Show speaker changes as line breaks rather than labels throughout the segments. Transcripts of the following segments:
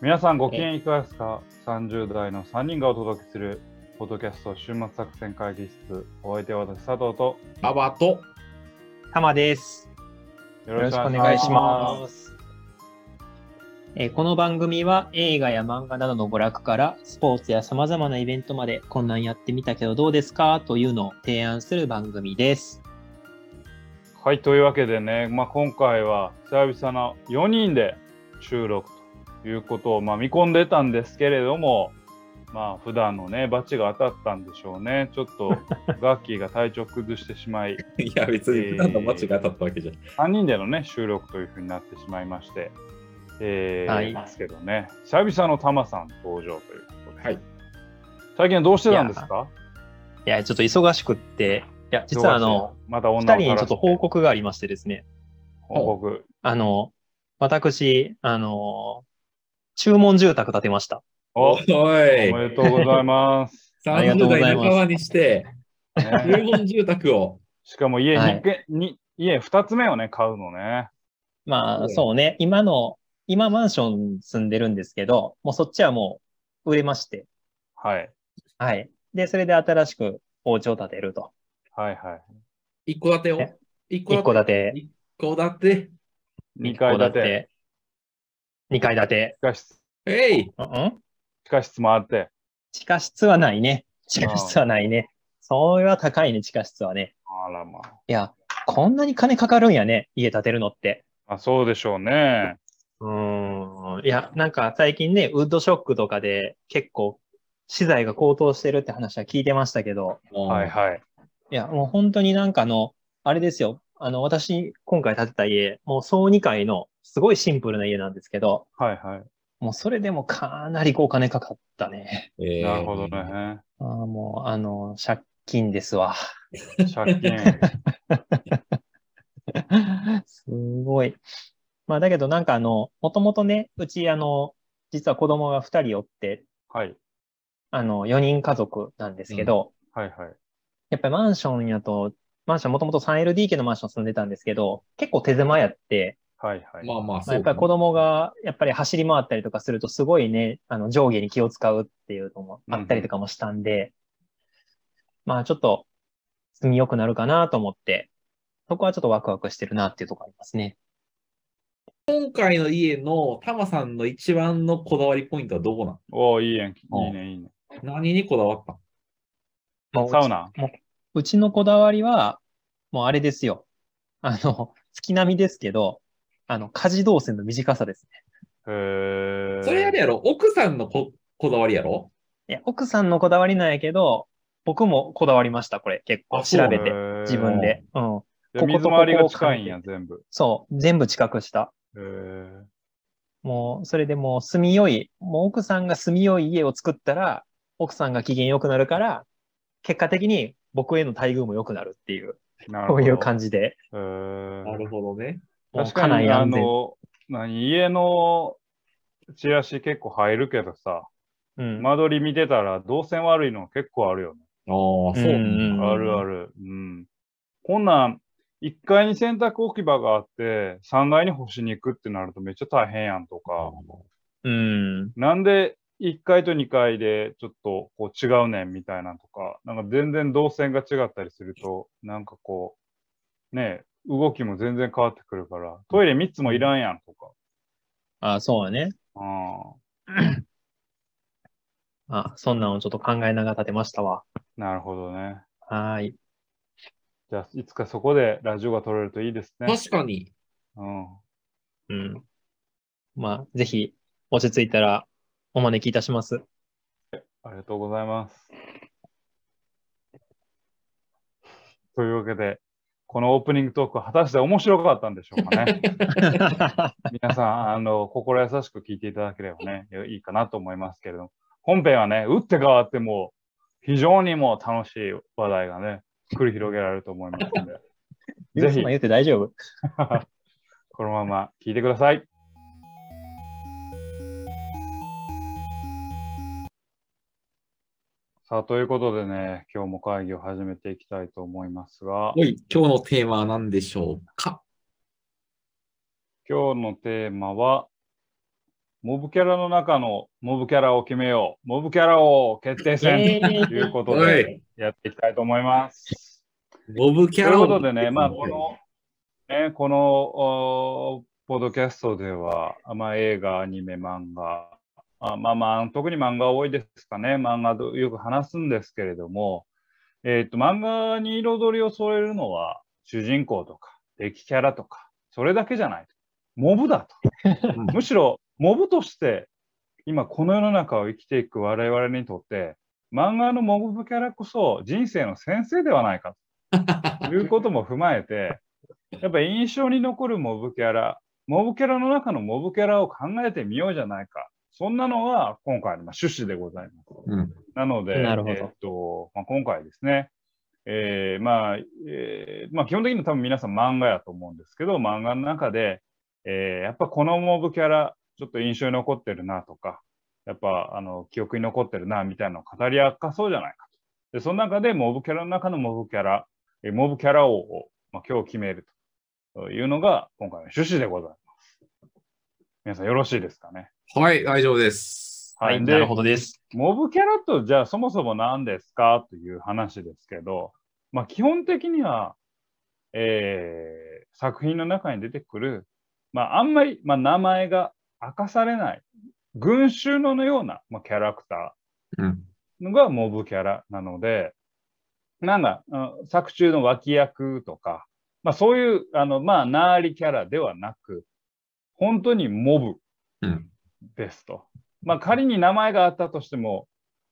皆さんご機嫌いかがですか ?30 代の3人がお届けする、ポッドキャスト週末作戦会議室、お相手は私、佐藤と、
馬場と
タマです。
よ
よろしくお願いします。えーこの番組は映画や漫画などの娯楽からスポーツやさまざまなイベントまでこんなんやってみたけどどうですかというのを提案する番組です。
す。はい、というわけでね、まあ、今回は久々の4人で収録ということを、まあ、見込んでたんですけれども、まあ、普段のね、バチが当たったんでしょうね。ちょっと、ガッキーが体調崩してしまい、
いや、別に普段の間違いだったわけじゃない。
3人でのね、収録というふうになってしまいまして、えー
はい
ですけどね、久々のタマさん登場ということで、
はい。
最近はどうしてたんですか
いやちょっと忙しくっていや実はあの、
また
2
女
人
を垂
に
ら
ちょ
し
ってと報告がありましてですね
報告。
あの私あの注文住宅建てました。
お
おい
お、めでとうございます。
ありがと
30
うございます
代半ばにして、注
ね
文住宅を。
しかも家
は
2
い
軒、に家2つ目をね、買うのね。
まあ
す
そうね今の今マンション住んでるんですけどもうそっちはもう売れまして
はい。
はい。で、それで新しくお家を建てると。
はいは
一戸建てを
え。
一
一戸建て、
一戸建て。
い。2階建て、
二階建て。
地下室、
えい
うんうん
地下室もあって。
地下室はないね。地下室はないね。それは高いね、地下室はね。
あらま
いや、こんなに金かかるんやね、家建てるのって。
あ。あそうでしょうね。
うーん。いや、なんか最近ね、ウッドショックとかで結構資材が高騰してるって話は聞いてましたけど、
はいはい。
いや、もう本当になんかあの、あれですよ。あの、私、今回建てた家、もう総2階のすごいシンプルな家なんですけど、
はいはい。
もうそれでもかなりお金かかったね。
い
なるほど。ね。
あーもう、あの、借金ですわ。
借金。
すごい。まあ、だけどなんかあの、もともとね、うちあの、実は子供が2人おって、
はい。
あの、4人家族なんですけど、
はいはい。
やっぱりマンションやと、マンションもともと 3LDK のマンション住んでたんですけど、結構手狭やって、
はいはい。
まあまあ、
ま
そ
あ、
う。
やっぱり子供がやっぱり走り回ったりとかするとすごいね、あの上下に気を使うっていうのもあったりとかもしたんで、まあちょっと住みよくなるかなと思って、そこはちょっとワクワクしてるなっていうところありますね。
今回の家のタマさんの一番のこだわりポイントはどこな
おお、いいやん。いいね、いいね。
の何にこだわったの
まあうち
サウナ
うちのこだわりは、もうあれですよ。あの、 月並みですけど、あの、家事動線の短さです
へ
ね。
ー
それあれやろ奥さんのここだわりやろ
いや、奥さんのこだわりなんやけど、僕もこだわりました、これ。結構
あそう
調
な
べて、自分。で。うん。
へーじゃあ
ここと
水
ここ
回りが近いんや、全部。
そう。全部近くした。
へー
もう、それでもう住みよい、もう奥さんが住みよい家を作ったら、奥さんが機嫌良くなるから、結果的に僕への待遇も良くなるっていう、
なる
こ
ほど。
ういう感じで、
へー
なるほどね。
もう
確か
家内
に、あ
安全
の、何、家のチラシ結構入るけどさ、
うん
間取り見てたら、動線悪いの結構あるよね。
ああ、そう
う
なん
ん
だ。
あるある。うん。こんなん、1階に洗濯置き場があって、3階に干しに行くってなるとめっちゃ大変やんとか、
うん。
なんで1階と2階でちょっとこう違うねんみたいなとか、なんか全然動線が違ったりすると、なんかこう、ねえ、動きも全然変わってくるから、トイレ3つもいらんやんとか。
ああ、そうだね。
あ
あそんなのをちょっと考えながら立てましたわ。
あ、なるほどね。
はーい。
じゃあ、いつかそこでラジオが撮れるといいですね。
確かに。
うん。
うん。まあ、ぜひ、落ち着いたら、お招きいた します。
ありがとうございます。というわけで、このオープニングトークは果たして面白かったんでしょうかね。皆さん、あの、心優しく聞いていただければね、よいいかなと思いますけれども、本編はね、打って変わっても、非常にもう楽しい話題がね、繰り広げられると思いますので、 ぜ
そ
ひ
んなん言って大丈夫
このまま聞いてください。さあ、ということでね、今日も会議を始めていきたいと思いますが、
おい、今日のテーマは何でしょうか
今日のテーマは、モブキャラの中のモブキャラを決めよう。モブキャラ王決定戦
えー
と いうこと
は
で
い。
やっていきたいと思います。
ボブ
と
キ
い
ャ
う
ラ
こ
を
とでね、まあ、この、ね、この、おポッドキャストでは、まあ、映画、アニメ、漫画、あまあまあ、特に漫画多いですかね、漫画どよく話すんですけれども、えっと、漫画に彩りを添えるのは、主人公とか、敵キャラとか、それだけじゃない。モブだと。
うん
むしろ、モブとして、今この世の中を生きていく我々にとって、漫画のモブキャラこそ人生の先生ではないかということも踏まえて、やっぱ印象に残るモブキャラ、モブキャラの中のモブキャラを考えてみようじゃないか。そんなのは今回のまあ趣旨でございます。
うん
なので、
なるほど
えーっとまあ、今回ですね、えーまあえーまあ、基本的に多分皆さん漫画やと思うんですけど、漫画の中で、えーやっぱこのモブキャラ、ちょっと印象に残ってるなとか、やっぱあの記憶に残ってるなみたいなのを語り明かそうじゃないかと。で、その中でモブキャラの中のモブキャラ、えーモブキャラ王を、まあ、今日決めるというのが今回の趣旨でございます。皆さんよろしいですかね。
はい、大丈夫です。
はい、
で
なるほどです。
モブキャラとじゃあそもそも何ですかという話ですけど、まあ、基本的には、えー作品の中に出てくる、まあ、あんまり、まあ、名前が明かされない群衆のような、まあ、キャラクタ
うん。
ーのがモブキャラなのでなんか、うん作中の脇役とか、まあ、そういうあの、まあ、なーりキャラではなく本当にモブ
うん。
ですと。まあ、仮に名前があったとしても、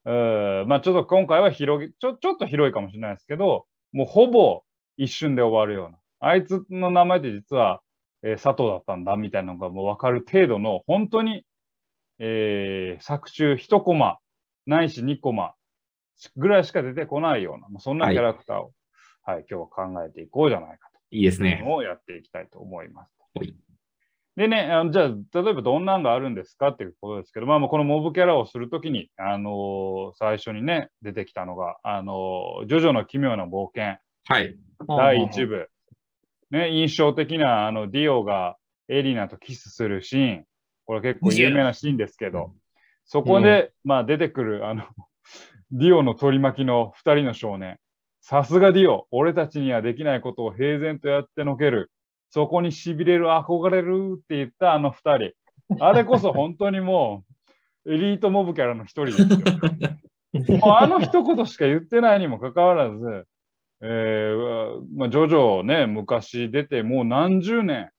うーまあ、ちょっと今回は広げちょちょっと広いかもしれないですけど、もうほぼ一瞬で終わるような、あいつの名前って実は、えー佐藤だったんだみたいなのがもう分かる程度の、本当に、えー作中1コマ、ないし2コマぐらいしか出てこないような、まあそんなキャラクターを、はい今日は考えていこうじゃないか
いいです
という
ね。
のをやっていきたいと思います。
はい
でね、あのじゃあ、例えばどんなんがあるんですかっていうことですけど、まあ、まあこのモブキャラをするときに、あのー最初にね、出てきたのが、あのージョジョの奇妙な冒険、
はい。
第1部。ね、印象的な、あの、ディオがエリナとキスするシーン。これ結構有名なシーンですけど、そこで、まあ出てくる、あの、 ディオの取り巻きの2人の少年。さすがディオ、俺たちにはできないことを平然とやってのける。そこに痺れる、憧れるって言ったあの2人。あれこそ本当にもう、 エリートモブキャラの1人ですよ。もうあの一言しか言ってないにもかかわらず、えーまあ、ジョジョね、昔出てもう何十年、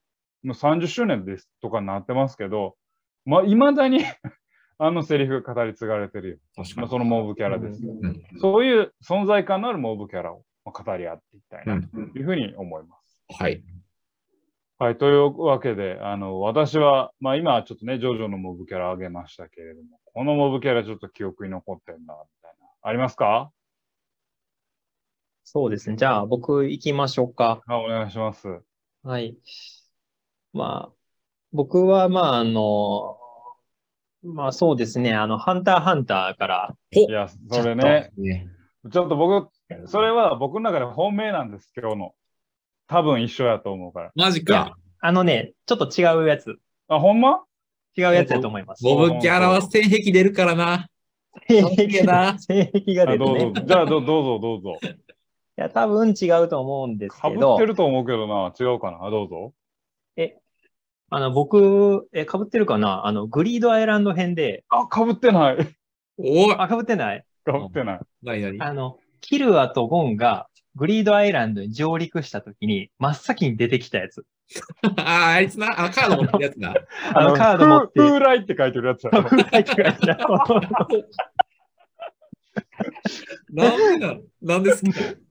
もう30周年ですとかになってますけど、まあ、未だにあのセリフが語り継がれてるよ。
確
ま
か
あ、
に。
そのモブキャラですよ、
うん
そういう存在感のあるモブキャラをまあ語り合っていきたいな
うん
というふうに思います。
はい。
はい、というわけで、あの、私は、まあ今ちょっとね、ジョジョのモブキャラあげましたけれども、このモブキャラちょっと記憶に残ってんな、みたいな。ありますか
そうですね。じゃあ、僕行きましょうか。
あお願いします。
はい。まあ、僕は、まあ、あの、まあそうですね。あの、ハンターハンターから、
いや、それね、
ね。
ちょっと僕、それは僕の中で本命なんです、今日の。多分一緒やと思うから。
マジか。
あのね、ちょっと違うやつ。
あ、ほんま
違うやつだと思います。
ボ
ボブキャラは線壁出るからな。
性
ボブな
性癖が
あ
です
どう
ね。い
ぞ。じゃあど、どうぞ、どうぞ。
や、多分違うと思うんです
か
け
ぶ
ど
って、ると思うけどな、違うかな。どうぞ。
あの、僕、え、被ってるかなあの、グリードアイランド編で、
あ、かぶってない。
おい。
あ、被ってない
かぶってない。
なにな に
あの、キルアとゴンがグリードアイランドに上陸した時に、真っ先に出てきたやつ。
ああ、あいつな。あ、カード持ってるやつな。
あの、カード持って
ふ風来って書いてるやつやろ。
なんでなのなんで好きなの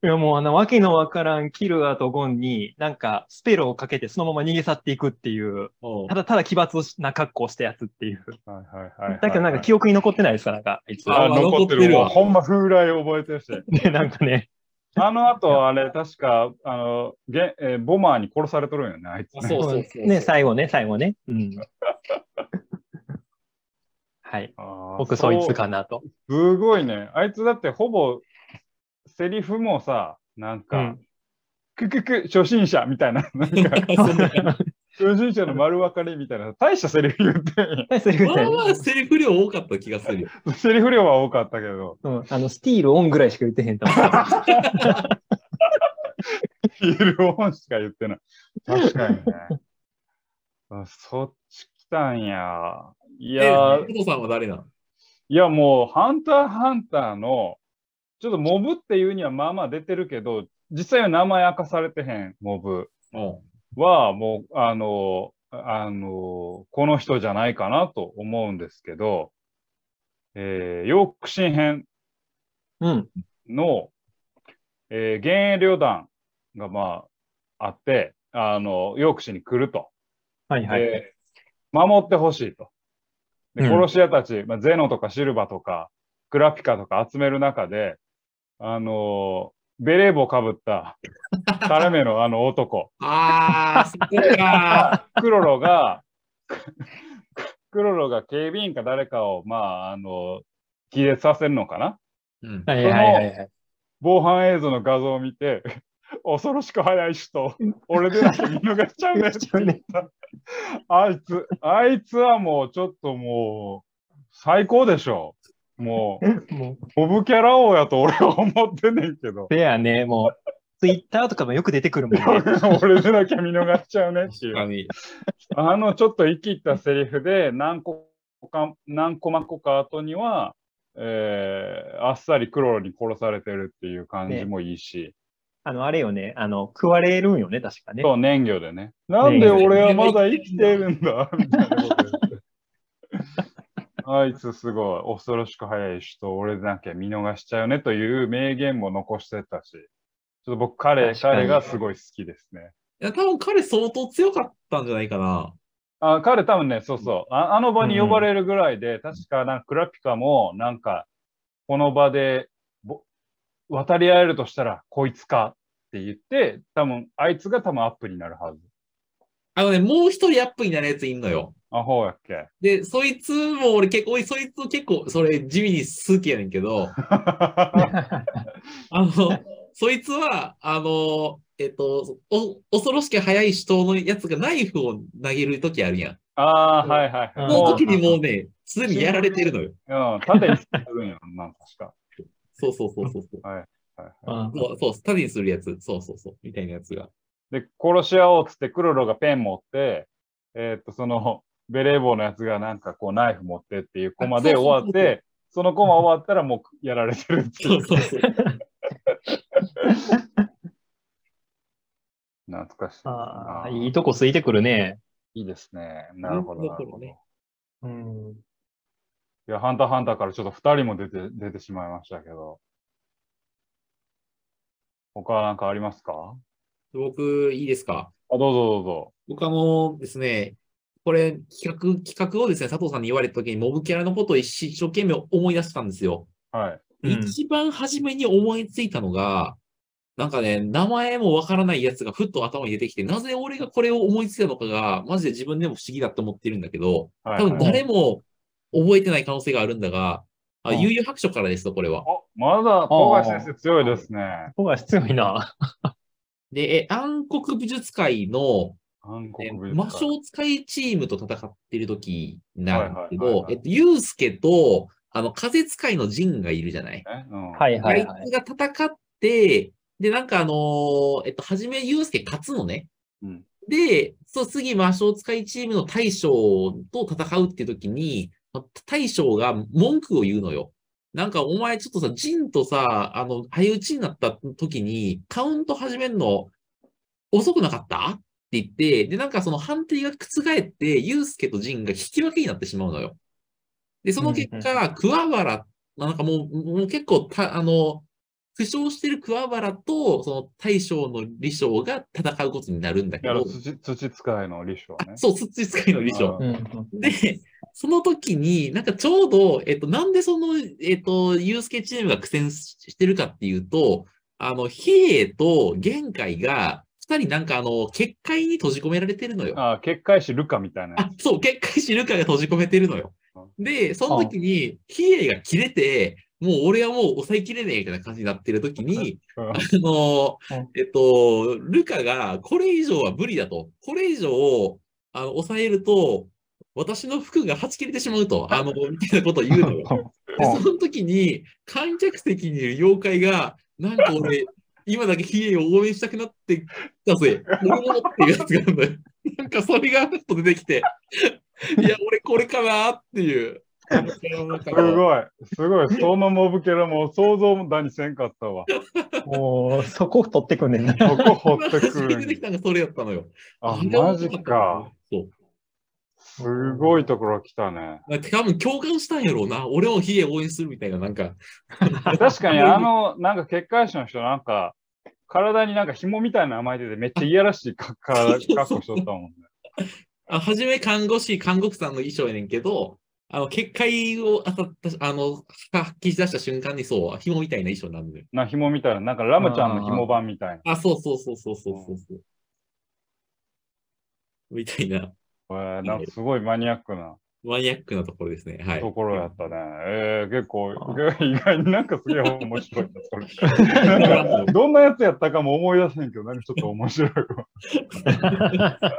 いやもうあの、わけのわからんキルアとゴンに、なんか、スペルをかけてそのまま逃げ去っていくっていう、
お う
ただただ奇抜な格好をしたやつっていう。
はいはいはいはい。
だけどなんか記憶に残ってないですかなんか、あいつ。
あ、残って
残って
る
る
わ。
わ
ほんま風来覚えてるし。
で、なんかね、
あの後、あれ、確か、あの、げえーボマーに殺されとるんよね、あいつね、
あそうそうそう
ね、最後ね、最後ね。うん。はい。
あー
僕、そいつかなと。
すごいね。あいつだってほぼ、セリフもさ、なんか、
うん
ククク、初心者みたいな、なんか、
そんな感じ
初心者の丸分かりみたいな、大したセリフ言ってんや
セリフみた
ま
い
あま
な
あ、セリフ量多かった気がするよ。
セリフ量は多かったけど、
うん、あの、スティールオンぐらいしか言ってへんと思う。
ヒールオンしか言ってない。確かにね。あそっち来たんや。い
い
やー、
お父さんは誰なの
いやもう、ハンターハンターの、ちょっとモブっていうにはまあまあ出てるけど、実際は名前明かされてへん、モブ
うん。
は、もう、あの、あの、この人じゃないかなと思うんですけど、えー、ヨークシン編
うん。
の、えー、幻影旅団がまあ、あって、あの、ヨークシンに来ると。
はいはい。
で守ってほしいと。で
うん
殺し屋たち、まあ、ゼノとかシルバとか、グラピカとか集める中で、あのーベレー帽かぶった、タラメ のあの男、
あー、そこか。
クロロが、クロロが警備員か誰かを、まあ、あの気絶させるのかな
うん。
はいはいはいはい。
防犯映像の画像を見て、 恐ろしく早い人、俺でなきゃ見逃しちゃうね って言った。あいつ、あいつはもうちょっともう、最高でしょ。もう、
もう、
ボブキャラ王やと俺は思ってんねんけど、
せやね、もう、ツイッターとかもよく出てくるもんね。
俺でなきゃ見逃しちゃうねってい
確
う
か。に。
あのちょっと生きったセリフで何個か、何コマ個か後には、えーあっさりクロロに殺されてるっていう感じもいいし、
あの、あれよね、あの、食われるんよね、確かね。
そう、燃料でね。なんで俺はまだ生きてるんだみたいなこと言って。 あいつすごい、恐ろしく早い人、俺でなきゃ見逃しちゃうねという名言も残してたし、ちょっと僕、彼、
確かに
彼がすごい好きですね。
いや、多分彼相当強かったんじゃないかな。
あ彼多分ね、そうそうあ、あの場に呼ばれるぐらいで、確かなんかクラピカも、なんか、この場でぼ渡り合えるとしたら、こいつかって言って、多分あいつが多分アップになるはず。
あのね、もう一人アップになるやついんのよ。
あほうやっけ。
で、そいつも俺結構、おいそいつ結構、それ地味に好きやねんけど、あの、そいつは、あの、えっと、お恐ろしく速い人のやつがナイフを投げるときあるやん。
ああ、はいはいはい。
うん
その
もう
時にもうね、すでにやられてるのよ。
うん、縦にするんやろな、確か。
そうそうそうそうそう。
はいはい
うん
そうそう、縦にするやつ。そうそうそう。みたいなやつが。
で、殺し合おうっつって、クロロがペン持って、えーっと、その、ベレー帽のやつがなんかこうナイフ持ってっていうコマで
あそうそう
終わ
そう
って、そのコマ終わったらもうやられてるってい
そうう。そうそう。
懐かしい。
ああ、
ー
いいとこついてくるね。
いいですね。なるほど。
いい
な
と
るほ
ころ
ど。
ね
い
うん。
や、ハンターハンターからちょっと2人も出て、出てしまいましたけど。他は何かありますか
僕、いいですか
あ、どうぞどうぞ。
僕はもうですね、これ企画、企画をですね、佐藤さんに言われた時に、モブキャラのことを一生懸命思い出したんですよ。
はい。
うん
一番初めに思いついたのが、なんかね、名前もわからないやつがふっと頭に出てきて、なぜ俺がこれを思いついたのかが、マジで自分でも不思議だと思ってるんだけど、
はい、
多分
はい。
誰も覚えてない可能性があるんだが、あ、
うん
悠々白書からですと、これは。
あ、まだ、富樫先生強いですね。
ここが強いな。
で、え暗黒美術界の
韓
え
国美術
魔性使いチームと戦ってる時なんですけ
はいはい
ど
は、いはい
えっと、ユうスケと、あの、風使いのジンがいるじゃない。
ね。うん。。
はいいはいは
あ
い
い。つが戦って、で、なんかあのーえっと、はじめユうスケ勝つのね。
うん。
で、そう、次魔性使いチームの大将と戦うって時に、大将が文句を言うのよ。なんかお前ちょっとさ、ジンとさ、あの、相打ちになった時に、カウント始めるの遅くなかったって言って、で、なんかその判定が覆って、ユースケとジンが引き分けになってしまうのよ。で、その結果、桑原、まあなんかもう、もう結構た、あの、負傷してる桑原と、その大将の李将が戦うことになるんだけ
や
ど
る、土、土使いの李翔ね
あ。そう、土使いの李
うん
将。
うん
で、その時に、なんかちょうど、えっと、なんでその、えっと、ユースケチームが苦戦ししてるかっていうと、あの、兵と玄海が、二人なんかあの、結界に閉じ込められてるのよ。
あ、結界師ルカみたいなや
あ、そう、結界知るかが閉じ込めてるのよ。で、その時に、比叡が切れて、もう俺はもう抑えきれねえみたいな感じになってる時に、 あ
つ。
の
うん、
えっと、ルカがこれ以上は無理だと。これ以上、あの、抑えると、私の服がはち切れてしまう と、あの、みたいなことを言うのよ。で、その時に、観客席にいる妖怪が、なんか 俺、今だけヒエを応援したくなってきたぜ、俺もっていうやつがある のよ。なんかそれがふっと出てきて、いや、俺これかなっ ていう。
すごい、すごい。そのモブキャラも想像もだにせんかったわ。
もう、そこ取ってくんねんな。
そこ掘って
初
く
めて出て
る
き。たのがそれやったのよ。
あ、
れは
マジ
面白
か。
ったのよ。
すごいところ来た ね。
そう。多分共感したんやろうな。俺もヒエ応援するみたいな、なんか。
確かに、あの、なんか結界師の人、なんか、体になんか紐みたいなの巻いてて、めっちゃいやらしい格 好格好しとったもんね。
あ初め看護師、看護婦さんの衣装やねんけど、あの、結界を当たった、あの、発揮し出した瞬間にそう、紐みたいな衣装になるのよ。
な、紐みたいな、なんかラムちゃんの紐版みたいな。
あ、そうそうそうそうそうそうそう。みたいな、
えーなんかすごいマニアックな
マニアックなところですね。はい。
ところやったね。えー、結構
あ、
意外になんかすげえ面白いな、それ。なんかどんなやつやったかも思い出せんけど、なんかちょっと面白いわ。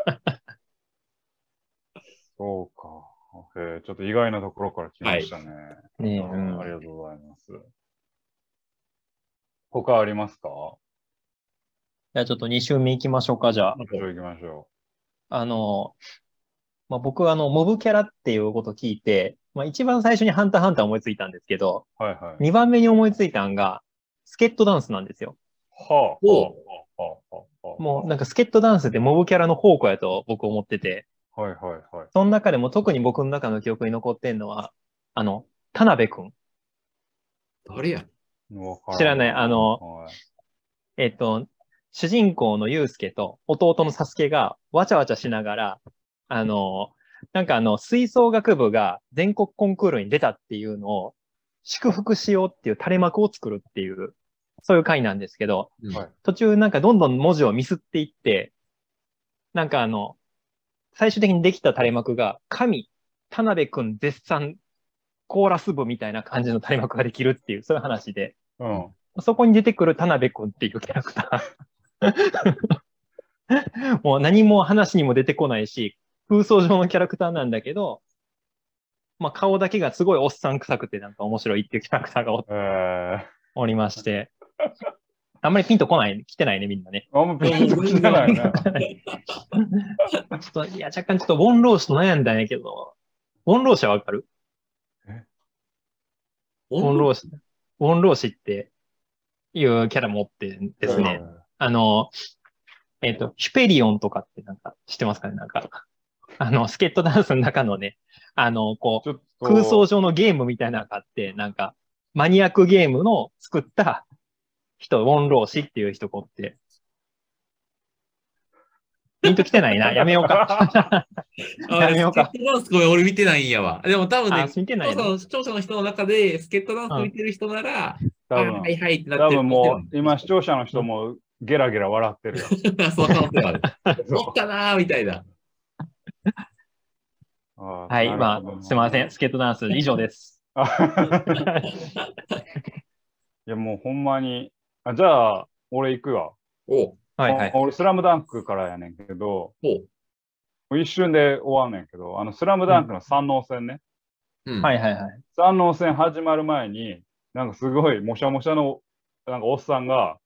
そうか。えーちょっと意外なところから来ましたね。
ねえ、う
うん
ん
ありがとうございます。他ありますか
じゃあちょっと2周目行きましょうか、じゃあ。
ちょ行きましょ
あの、まあ、僕はあの、モブキャラっていうことを聞いて、まあ、一番最初にハンターハンター思いついたんですけど、
う。はいはい。
2番目に思いついたんが、スケットダンスなんですよ。
はあ。
お
はあ。はあ。はあ。
もうなんかスケットダンスってモブキャラの宝庫やと僕思ってて、
はいはいはい。
その中でも特に僕の中の記憶に残ってんのは、あの、田辺くん。
誰や
わから
知らないあの
はい
えっと、主人公のユウスケと弟のサスケがわちゃわちゃしながら、あの、なんかあの、吹奏楽部が全国コンクールに出たっていうのを祝福しようっていう垂れ幕を作るっていう、そういう回なんですけど、
うん
はい
途中なんかどんどん文字をミスっていって、なんかあの、最終的にできた垂れ幕が、神、田辺くん絶賛コーラス部みたいな感じの垂れ幕ができるっていう、そういう話で、
うん。
そこに出てくる田辺くんっていうキャラクター。 もう何も話にも出てこないし、空想上のキャラクターなんだけど、まあ顔だけがすごいおっさん臭くてなんか面白いっていうキャラクターがお
え
おりまして、あんまりピンとこない、来てないねみんなね。
ー、あんまピンときてないね。
ちょっと、いや、若干ちょっと、ボンローシと悩んだんやけど、ボンローシはわかるボンローシ、ボンローシっていうキャラ持ってですね。あの、えっ、と、ヒュペリオンとかってなんか知ってますかねなんか、 あの、スケットダンスの中のね、あの、こ
ちょっ
う、
と
空想上のゲームみたいなのがあって、なんか、マニアックゲームの作った人、ウォンロー氏っていう人こって。ピンと来てないな。やめようか。
あ
やめようか
スケットダンスごめん、俺見てないんやわ。でも多分
あ、
ね、
見てな
視聴
い
者
な。
の視聴者の人の中で、スケットダンス見てる人なら、
多
あ
分
はいはいってな
多
ってる
分もう今視聴者の人もゲラゲラ笑って るよ。
う。その可能性はある。おったなーみたいな。
は、
はい
まあ、す いません。。スケットダンス以上です。
あいやもうほんまに。あじゃあ、俺行くわ。
おう
はいはい
あ。俺、スラムダンクからやねんけど、
おう。
一瞬で終わんねんけど、あの、スラムダンクの三能戦ね。
うん。
はいはいはい。
三能戦始まる前に、なんかすごいもしゃもしゃの、なんかおっさんが、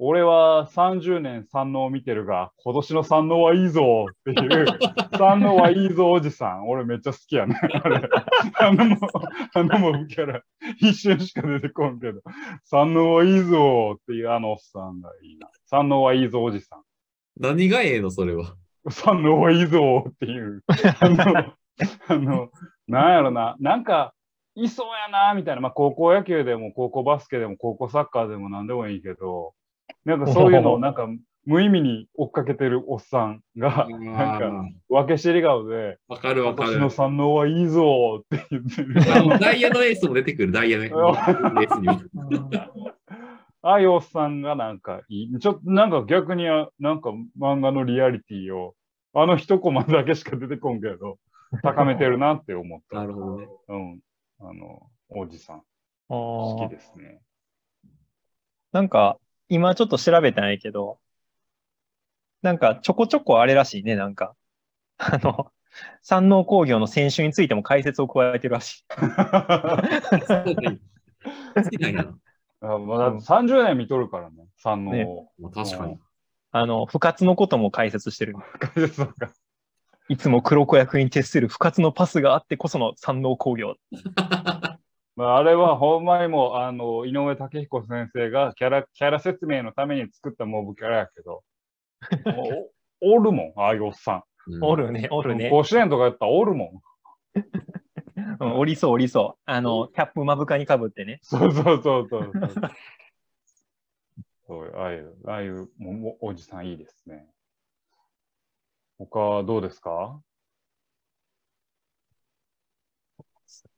俺は30年三能を見てるが、今年の三能はいいぞっていう、三能はいいぞおじさん。俺めっちゃ好きやね。あれ。あのもう、あのもうキャラ、一瞬しか出てこんけど、三能はいいぞっていうあのおっさんがいいな。三能はいいぞおじさん。
何がええの、それは。
三能はいいぞって いう、あの、あの、なんやろな、なんか、いそうやな、みたいな、まあ、高校野球でも、高校バスケでも、高校サッカーでも何でもいいけど、なんかそういう のを、なんか、無意味に追っかけてるおっさんが、なんか、分け知り顔で、
わかるわか
私
る
の。三能はいいぞって言ってる。
あ のダイヤのエースも出てくる、ダイヤのエースにも。
ああいうおっさんがなんかいい、ちょっとなんか逆にあ、なんか漫画のリアリティを、あの一コマだけしか出てこんけど、高めてるなって思った。
なるほどね。
うん。あの、おじさん、
おー
好きです ね。
なんか、今ちょっと調べてないけど、なんかちょこちょこあれらしいね、なんか。 あの、山王工業の選手についても解説を加えてるらしい。
好きなんやな。
あまあ、だって30年見とるからね、三能を。
まあ、確かに。
あの、不活のことも解説してる。
そうか
いつも黒子役に徹する不活のパスがあってこその山王工業。
まあ、あれはほんまにもうあの井上武彦先生がキャラキャラ説明のために作ったモブキャラやけど、もうおおるもん、ああいうおっさ
うん
おるね、おる
ん。
ね。
甲子園とかやったらおるも ん。
うんおりそう、おりそう。あの、キャップまぶかにかぶってね。
そうそうそうそうそう。そうああいう、ああいうももおじさんいいですね。他どうですか、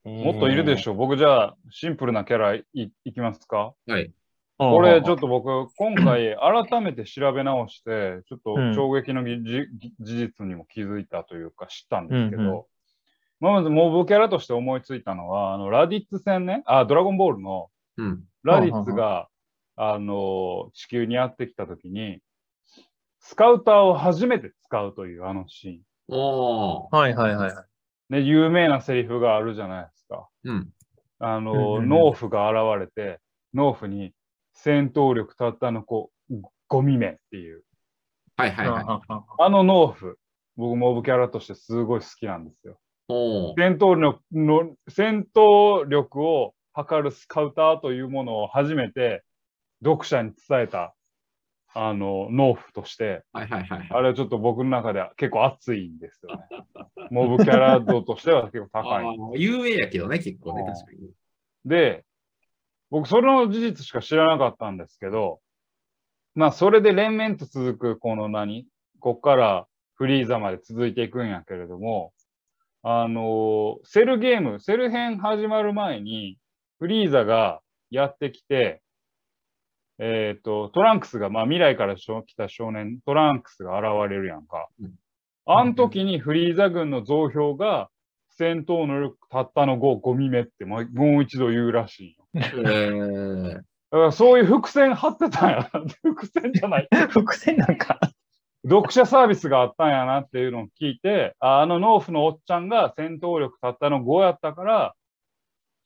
も
も
っといるでし
ょ。
ょう。僕じゃあシンプルなキャラいいきますか
はい。
これちょ
と
っと僕、今回改めて調べ直して、ちょっと
うん
衝撃のぎじぎ事実にも気づいたというか知ったんですけど、
うんうん
まあまずモブキャラとして思いついたのは、あのラディッツ戦ね、あ、ドラゴンボールの
うん。
ラディッツが、あの、地球にやってきたときに、スカウターを初めて使うというあのシ
おー。
はいはいはい。
ーン。で、有名なセリフがあるじゃないですか。
うん。
あ
うんうん
の、
うん
農夫が現れて、農夫に戦闘力たったの子、ゴミ面っていう。
はいはいはい。
い。
あの農夫、僕モブキャラとしてすごい好きなんですよ。
おー。
戦闘力の、戦闘力を測るスカウターというものを初めて読者に伝えた、あの、農夫として、
はいはいはいはい。
あれはちょっと僕の中では結構熱いんですよね。モブキャラ度としては結構 高い。
あー有名やけどね、結構ね、
うん
確かに。
で、僕その事実しか知らなかったんですけど、まあそれで連綿と続くこの何、こっからフリーザまで続いていくんやけれども、あのーセルゲーム、セル編始まる前に、フリーザがやってきて、えっ、と、トランクスが、まあ未来からしょ来た少年、トランクスが現れるやんか
うん。
あん時にフリーザ軍の増票が、戦闘能力たったの5、ゴミ目ってもうもう一度言うらしいよ。
えー
だからそういう伏線張ってたんやな。 伏線じゃない。
伏線なんか。
読者サービスがあったんやなっていうのを聞いて、ああの農夫のおっちゃんが戦闘力たったの5やったから、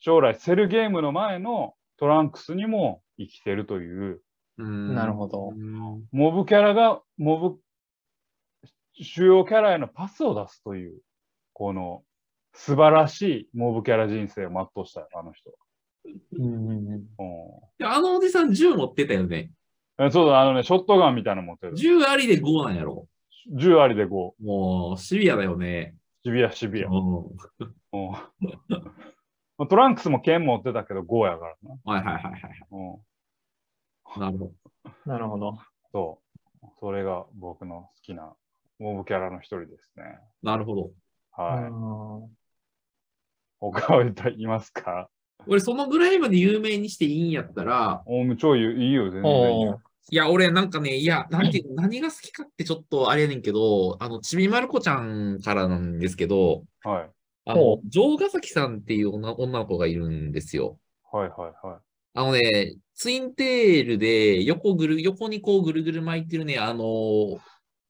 将来セルゲームの前のトランクスにも生きてるという、
うん
なるほど。
うん
モブキャラが、モブ、主要キャラへのパスを出すという、この素晴らしいモブキャラ人生を全うしたよ、あの人。う
であのおじさん銃持ってたよね。
んえそうだ、あのね、ショットガンみたいなの持ってる。
銃ありで5なんやろ。
10ありで5。
もう、シビアだよね。
シビア、シビア。うん
うん
まあトランクスも剣持ってたけど5やからな。
はいはいはいはい
うん、
はい。なるほど。
なるほど。
そう。それが僕の好きなモブキャラの一人ですね。
なるほど。
はい。
うん
他はいたいますか
俺、そのぐらいまで有名にしていいんやったら、
おう超いいいいよ、全然いい
お
よ
ー。
いや、俺、なんかね、いや、なんていうの、何が好きかってちょっとあれやねんけど、あの、ちびまる子ちゃんからなんですけど、
はい。
あ
ほ
の、城ヶ崎さんっていう女女の子がいるんですよ。
はいはいはい。
あのね、ツインテールで横ぐる、横にこうぐるぐる巻いてるね、あの、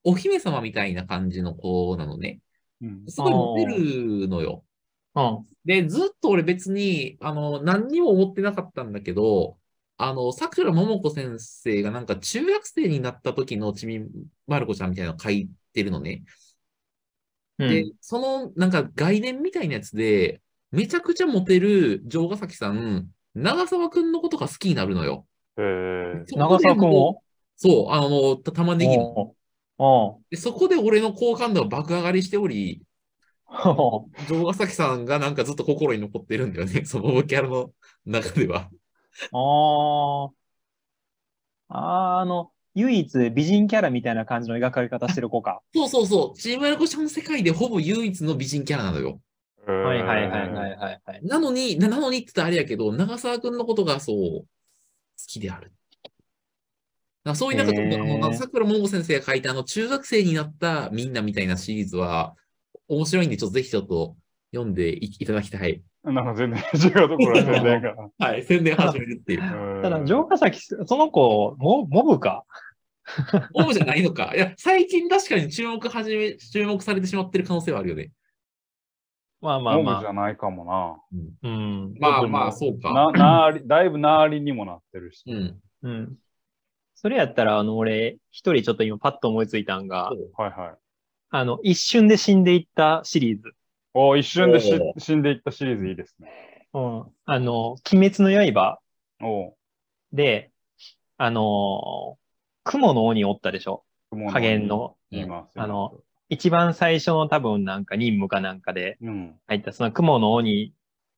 お姫様みたいな感じの子なのね。
うん、
すごいモテるのよ。
うん
で、ずっと俺別に、あの、何にも思ってなかったんだけど、あの、さくらももこ先生がなんか中学生になった時のちびまる子ちゃんみたいなの書いてるのね。
う
で
ん、
そのなんか概念みたいなやつで、めちゃくちゃモテる城ヶ崎さん、長沢くんのことが好きになるのよ。
えー、
長沢君を
そう、あの、た玉ねぎの。
おお
で、そこで俺の好感度が爆上がりしており、
お
城ヶ崎さんがなんかずっと心に残ってるんだよね、そのキャラの中では。
おあーあの、唯一美人キャラみたいな感じの描かれ方してる子か。
そうそうそう。チームやるこちゃんの世界でほぼ唯一の美人キャラなのよ。
えー
はいはいはいはいはいはい。
なのに、ななのにって言ったらあれやけど、長澤くんのことがそう、好きである。だからそういうなんかちょっと、
へー
あの、なんか桜桃子先生が書いたあの、中学生になったみんなみたいなシリーズは、面白いんで、ちょっとぜひちょっと読んでいいただきたい。
なんか全然違うところは全然が。
はい、宣伝始めるっていう。
うん
ただ、城ヶ崎、その子、モモブか。
オウムじゃないのか。いや、最近確かに注目始め、注目されてしまってる可能性はあるよね。
まあまあ
オウ
ま
ムじゃないかも
あ。うん。
まあ
でも
まあ、そう
な。
か。
な、なあり、だいぶなありにもなってるし。
うん。
うん。それやったら、あの、俺、一人ちょっと今パッと思いついたんが、
はいはい。
あの、一瞬で死んでいったシリーズ。
お一瞬でし
お
死んでいったシリーズいいですね。
うん。あの、鬼滅の刃
おう
で、あの、雲の鬼おったでしょ
雲
加減の。
言います。
あの、一番最初の多分なんか任務かなんかで
うん。
入った、その雲の鬼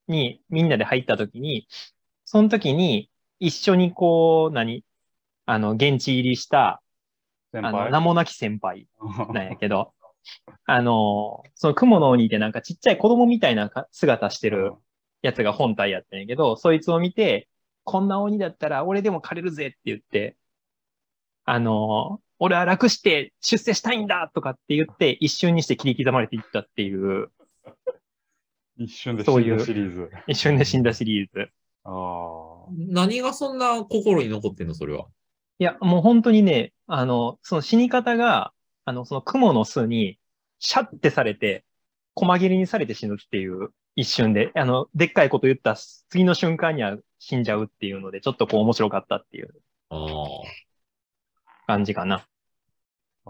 にみんなで入った時に、その時に一緒にこう、何あの、現地入りした、
先
あの、
輩。
名もなき先輩 なんやけど、あの、その雲の鬼ってなんかちっちゃい子供みたいなか姿してるやつが本体やったんやけど、そいつを見て、こんな鬼だったら俺でも狩れるぜって言って、あの、俺は楽して出世したいんだとかって言って、一瞬にして切り刻まれていったっていう、
一瞬で死
そうんい
だ
う
シリーズ。
一瞬で死んだシリーズ。
ああ。
何がそんな心に残ってんの、それは。
いや、もう本当にね、あの、その死に方が、あの、その雲の巣に、シャッてされて、細切れにされて死ぬっていう一瞬で、あの、でっかいこと言った次の瞬間には死んじゃうっていうので、ちょっとこう面白かったっていう
ああ。
感じかな。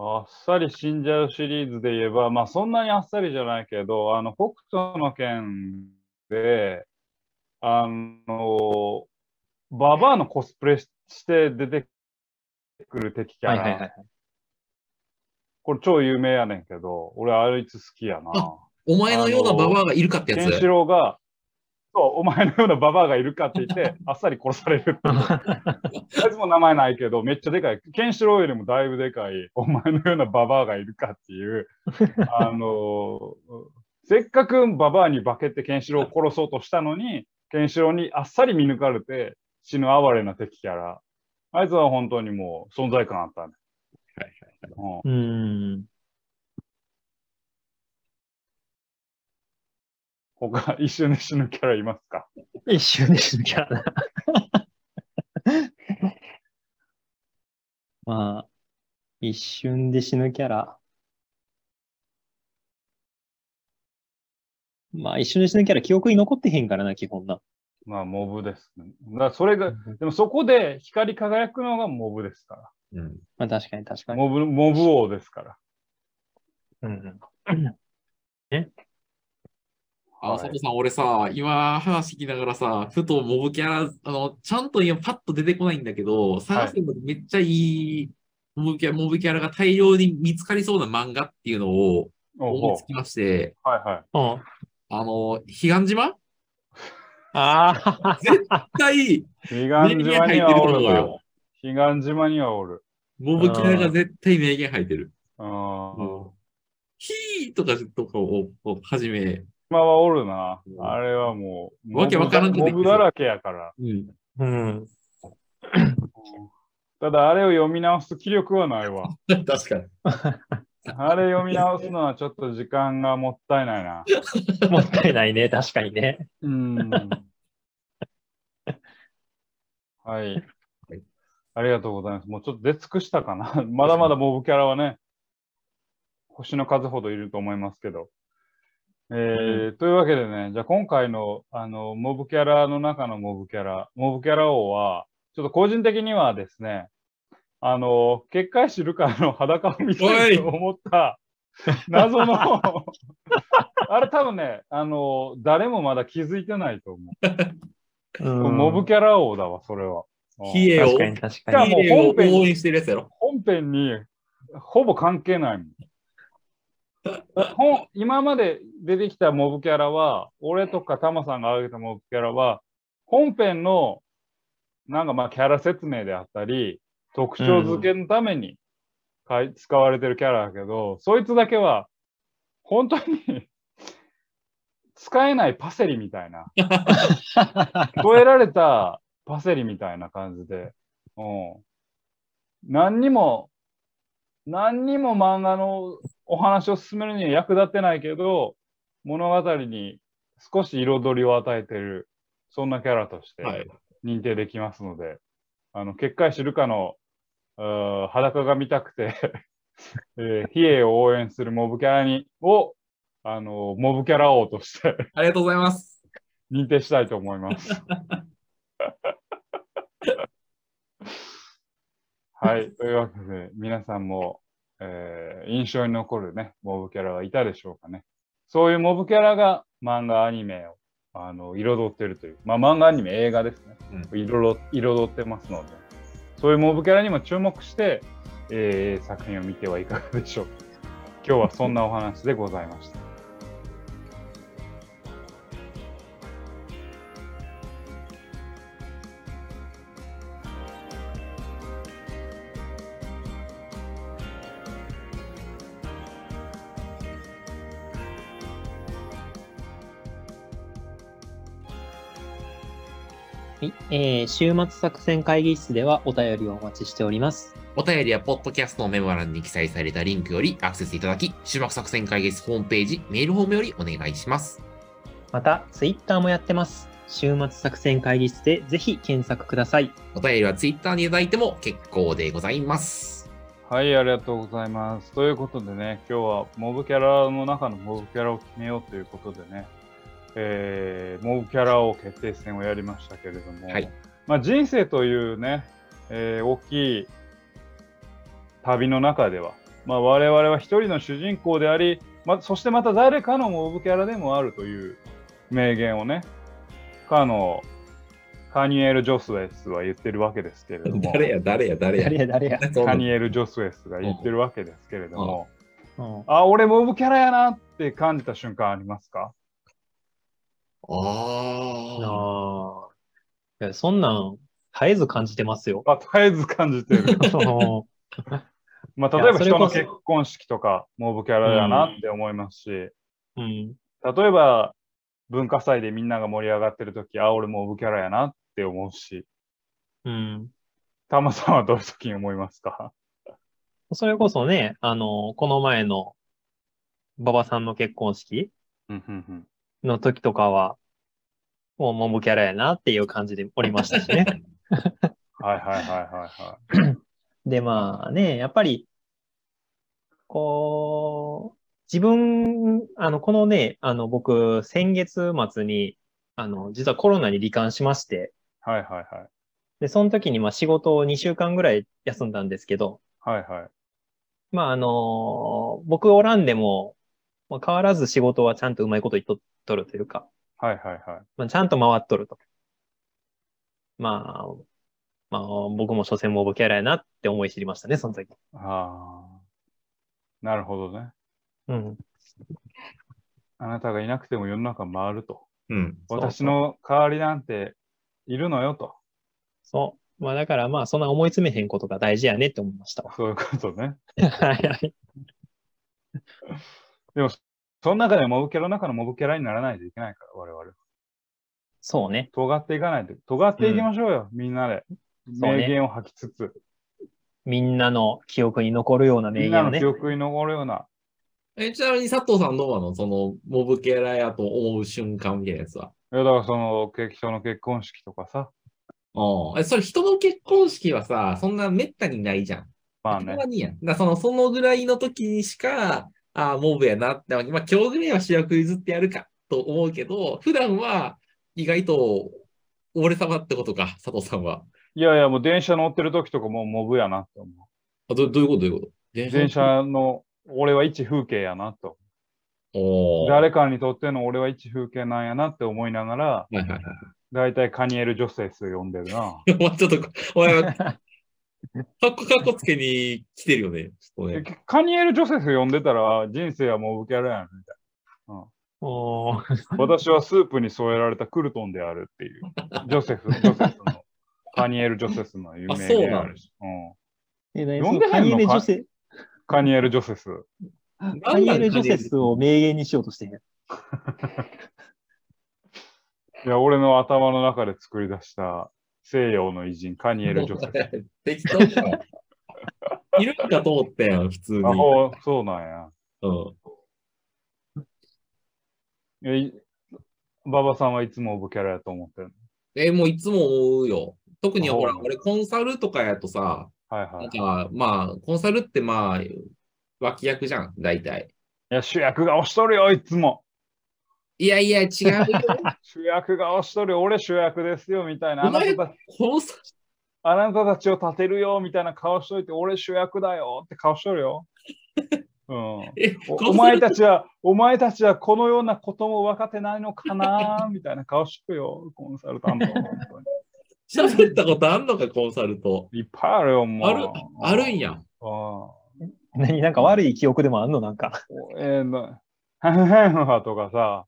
あっさり死んじゃうシリーズで言えば、まあそんなにあっさりじゃないけど、あの、北斗の剣で、あの、ババアのコスプレしして出てくる敵キャ
は
ラ、
いはいはい。
これ超有名やねんけど、俺あいつ好きやな。
あお前のようなババアがいるかって
ケ
や
ン
つ
シ。ロウが、そう、お前のようなババアがいるかって言 って、あっさり殺されるっていう。あいつも名前ないけど、めっちゃでかい。ケンシロウよりもだいぶでかい、お前のようなババアがいるかっていう、あのーせっかくババアに化けてケンシロウを殺そうとしたのに、ケンシロウにあっさり見抜かれて死ぬ哀れな敵キャラ。あいつは本当にもう存在感あったね。
はい
うん
うーん。
他、一瞬で死ぬキャラいますか
一瞬で死ぬキャラだ。 まあ、一瞬で死ぬキャラ。まあ、一瞬で死ぬキャラ、記憶に残ってへんからな、基本な。
まあ、モブですね。だからそれが、でもそこで光り輝くのがモブですか。
うん。
まあ、確かに確からに。
モブ、モブ王ですから。
うん、
あ
は
の、
い
佐藤さん、俺さ、今話聞きながらさ、ふとモブキャラ、あの、ちゃんと今パッと出てこないんだけど、探せばめっちゃいいモブキャラ、モブキャラが大量に見つかりそうな漫画っていうのを
おう
思
お
いうつきまして、
はいはい。
あ
あの、彼岸島
あ
対、
彼岸島にはおるよ。彼岸島にはおる。
モブキャラが絶対名言入ってる。
うーん。
ヒーとかとかを、をはじめ、
島はおるな
う。ん
あれはもう、
わけわからんく
モ
て
ブモブだらけやから。
うん。
ー。うん。
ただ、あれを読み直す気力はないわ。
確かに。
あれ読み直すのはちょっと時間がもったいないな。
もったいないね、確かにね。
うーん。はい。ありがとうございます。もうちょっと出尽くしたかな。まだまだモブキャラはね、星の数ほどいると思いますけど。えーというわけでね、じゃあ今回のあのモブキャラの中のモブキャラ、モブキャラ王は、ちょっと個人的にはですね、あの、結界知るかの裸を見たいと思った謎 の、あれ多分ね、あの、誰もまだ気づいてないと思う。モブキャラ王だわ、それは。うん
ヒエを、
確
ヒ
かに確
じゃ
か
あ
に。
もう
エを
本編
応援してるやつやろ。
本編にほぼ関係ないもん。ほん今まで出てきたモブキャラは、俺とかタマさんが挙げたモブキャラは、本編のなんかまあキャラ説明であったり、特徴付けのためにかい、使われてるキャラだけど、そいつだけは本当に使えないパセリみたいな、添えられたパセリみたいな感じで、うん、何にも、何にも漫画のお話を進めるには役立ってないけど、物語に少し彩りを与えてる、そんなキャラとして
はい。
認定できますので、あの、結界知るかのあー裸が見たくて、 えー、比叡を応援するモブキャラに、を、あのモブキャラ王として
ありがとうございます。
認定したいと思います。はい。というわけで、皆さんも、えー印象に残るね、モブキャラはいたでしょうかね。そういうモブキャラが漫画、アニメをあの彩ってるという、まあ、漫画、アニメ、映画ですね、彩彩ってますので、そういうモブキャラにも注目して、えー作品を見てはいかがでしょうか。今日はそんなお話でございました。
はい、えー週末作戦会議室ではお便りをお待ちしております。
お便りやポッドキャストのメモ欄に記載されたリンクよりアクセスいただき、終幕作戦会議室ホームページ、メールフォームよりお願いします。
また、ツイッターもやってます。週末作戦会議室でぜひ検索ください。
お便りは Twitter にいただいても結構でございます。
はい、ありがとうございます。ということでね、今日はモブキャラの中のモブキャラを決めようということでね、えーモブキャラを決定戦をやりましたけれども、
はい
まあ、人生というね、えー大きい旅の中では、まあ、我々は一人の主人公であり、まあ、そしてまた誰かのモブキャラでもあるという名言をね、かのカニエル・ジョスウェスは言ってるわけですけれども。
や 誰や誰
誰や誰や。
そう
カ
な
ニ
の
エル・ジョスウェスが言ってるわけですけれども、
うん
あ、俺モブキャラやなって感じた瞬間ありますか。
あ
あーいやそんなん、絶えず感じてます よ
あ、絶えず感じて る。
その
まあ、例えば
いやそれ
人の
こそ
結婚式とかモブキャラやなって思いますし、例
うん、
えば文化祭でみんなが盛り上がってるとき、あ、俺モブキャラやなって思うし、
うん。
タマさんはどういうときに思いますか
それこそね、あの、この前の、馬場さんの結婚式
うんうんうん
の時とかは、もうモブキャラやなっていう感じでおりましたしね。
はいはいはいはいはい。
で、まあね、やっぱり、こう、自分、あの、このね、あの、僕、先月末に、あの、実はコロナに罹患しまして、
はいはいはい。
で、その時に、まあ、仕事を2週間ぐらい休んだんですけど、
はいはい。
まあ、あの、僕おらんでも、まあ、変わらず仕事はちゃんとうまいこといっとっとるというか、
はいはいはい。
まあ、ちゃんと回っとると。まあ、まあ、僕も所詮モブキャラやなって思い知りましたね、その時。
あーなるほどね。
うん。
あなたがいなくても世の中回ると。
うん。
そう
私の代わりなんているのよと。
そう。まあだからまあそんな思い詰めへんことが大事やねって思いま したわ。
そういうことね。
はいはい。
でも、その中でモブキャラの中のモブキャラにならないといけないから、我々。
そうね。
尖っていかないと。尖っていきましょうよ、みんなで。
そうね
名言を吐きつつ、
みんなの記憶に残るような
み
名
んな
言を
の
ね
記。憶に残るような。
え、ちなみに佐藤さんどうなのその、モブキャラやと思う瞬間みたいなやつは。
いやだからその、け人の結婚式とかさ。
うん。え、それ人の結婚式はさ、そんな滅多にないじゃん。
まあ
たま
ね。
にやん。だからその、そのぐらいの時にしか、ああ、モブやなって、まあ、今日ぐらいは主役譲ってやるかと思うけど、普段は意外と、俺様ってことか、佐藤さんは。
いやいや、もう電車乗ってる時とかもうモブやなって思う。
あどどういうことどういうこと電
電車の、俺は一風景やなと。
おー
誰かにとっての俺は一風景なんやなって思いながら、
はいはいはい
だいたいカニエル・ジョセス呼んでるな。
お 前ちょっと、お前、 かっこかっこつけに来てるよね。ちょっと
え
ね。
カニエル・ジョセフ読んでたら人生はモブキャラやんみたい
おー
な。私はスープに添えられたクルトンであるって いう。ジョセフ、ジョセフの。カニエル・ジョセフの有名
あそうなの
であるし。うん
え何
呼んでへんの
そカニエ
かカニエル・
ル・女性
ジョセス。
カニエル・ジョセスを名言にしようとしてへん。
いや、俺の頭の中で作り出した西洋の偉人、カニエル・ジョセフ。
適当か。いるんかと思ったやん、普通に。
あ、ほうそうなんや
うん
えい。馬場さんはいつもモブキャラやと思ってる
え、もういつも思うよ。特にほら、
あ
俺コンサルとかやとさ、
はいは
ないん。か、まあ、コンサルってまあ、脇役じゃん、大体。
いや、主役が押しとるよ、いつも。
いやいや、違うよ。
主役が押しとるよ、俺主役ですよ、みたいな。あ
お
な
前
たた
コンサル、
あなたたちを立てるよ、みたいな顔しといて、俺主役だよって顔しとる よ。うん、
え
お
コ
お
ンサル
前たちは、お前たちはこのようなことも分かってないのか な、みたいな顔しとるよ、コンサルタント。本当に
喋ったことあんのか、コンサルと。
いっぱいあるよ、もう。
ある、あるんやん。
うん
何なんか悪い記憶でもあんのなんか。
えー、な、ハフヘンファとかさ、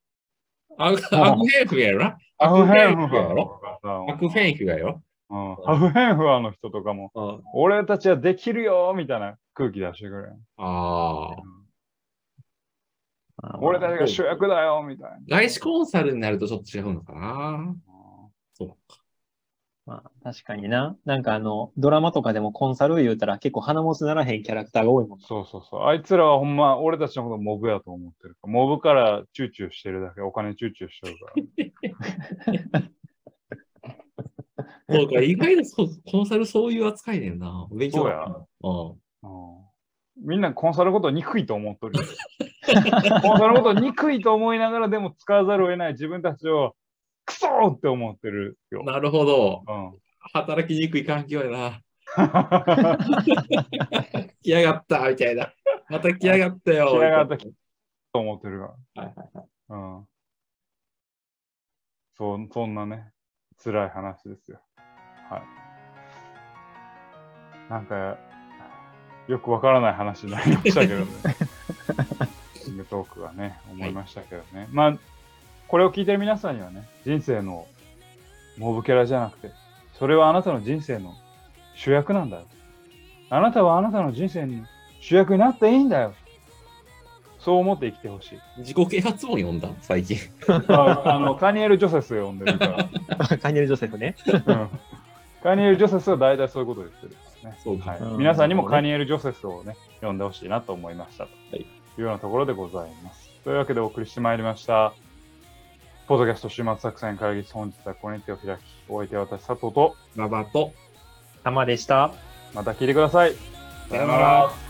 アクアクフェンフやろ
ハフヘンフ
アクフェン
ァ
フやろ
とかさ、
アクフェンフがよ。
うんハフヘンファの人とかも、
あ
俺たちはできるよみたいな空気出してくれる。
あー。
俺たちが主役だよみたい
外資コンサルになるとちょっと違うのかな。
な。
まあ、確かにな。なんかあの、ドラマとかでもコンサル言うたら結構鼻持ちならへんキャラクターが多いもん な。
そうそうそう。あいつらはほんま、俺たちのことモブやと思ってるから。モブからチューチューしてるだけ、お金チューチューしてるから。
そうか、意外とそうコンサルそういう扱いねんな。勉強
そうや
うん
うんみんなコンサルのこと憎いと思っとるよ。コンサルのこと憎いと思いながらでも使わざるを得ない自分たちをクソーって思ってるよ。
なるほど。
うん、
働きにくい環境やな。来やがった、みたい な。また来やがったよ。
来やがったきと思ってるから。
はい
うん、そそんなね、辛い話ですよ。はい。なんか、よくわからない話になりましたけ どね。キングトークはね、思いましたけどね。まあ、これを聞いてる皆さんにはね、人生のモブキャラじゃなくて、それはあなたの人生の主役なんだよ。あなたはあなたの人生に主役になっていいんだよ。そう思って生きてほしい。
自己啓発本読んだ最近。
ああのカニエル・ジョセスを呼んでるか
カニエル・ジョセフね。
ら、うんカニエル・ジョセスは大体そういうことを言ってるんですね、
そうか。
はい
うん
皆さんにもカニエル・ジョセスをね呼んでほしいなと思いましたと
い
いうようなところでございますというわけでお送りしてまいりましたポッドキャスト週末作戦会議室本日はここに手を開きお相手は私佐藤と
ラバーと。
たまでした。
また聞いてください
さよなら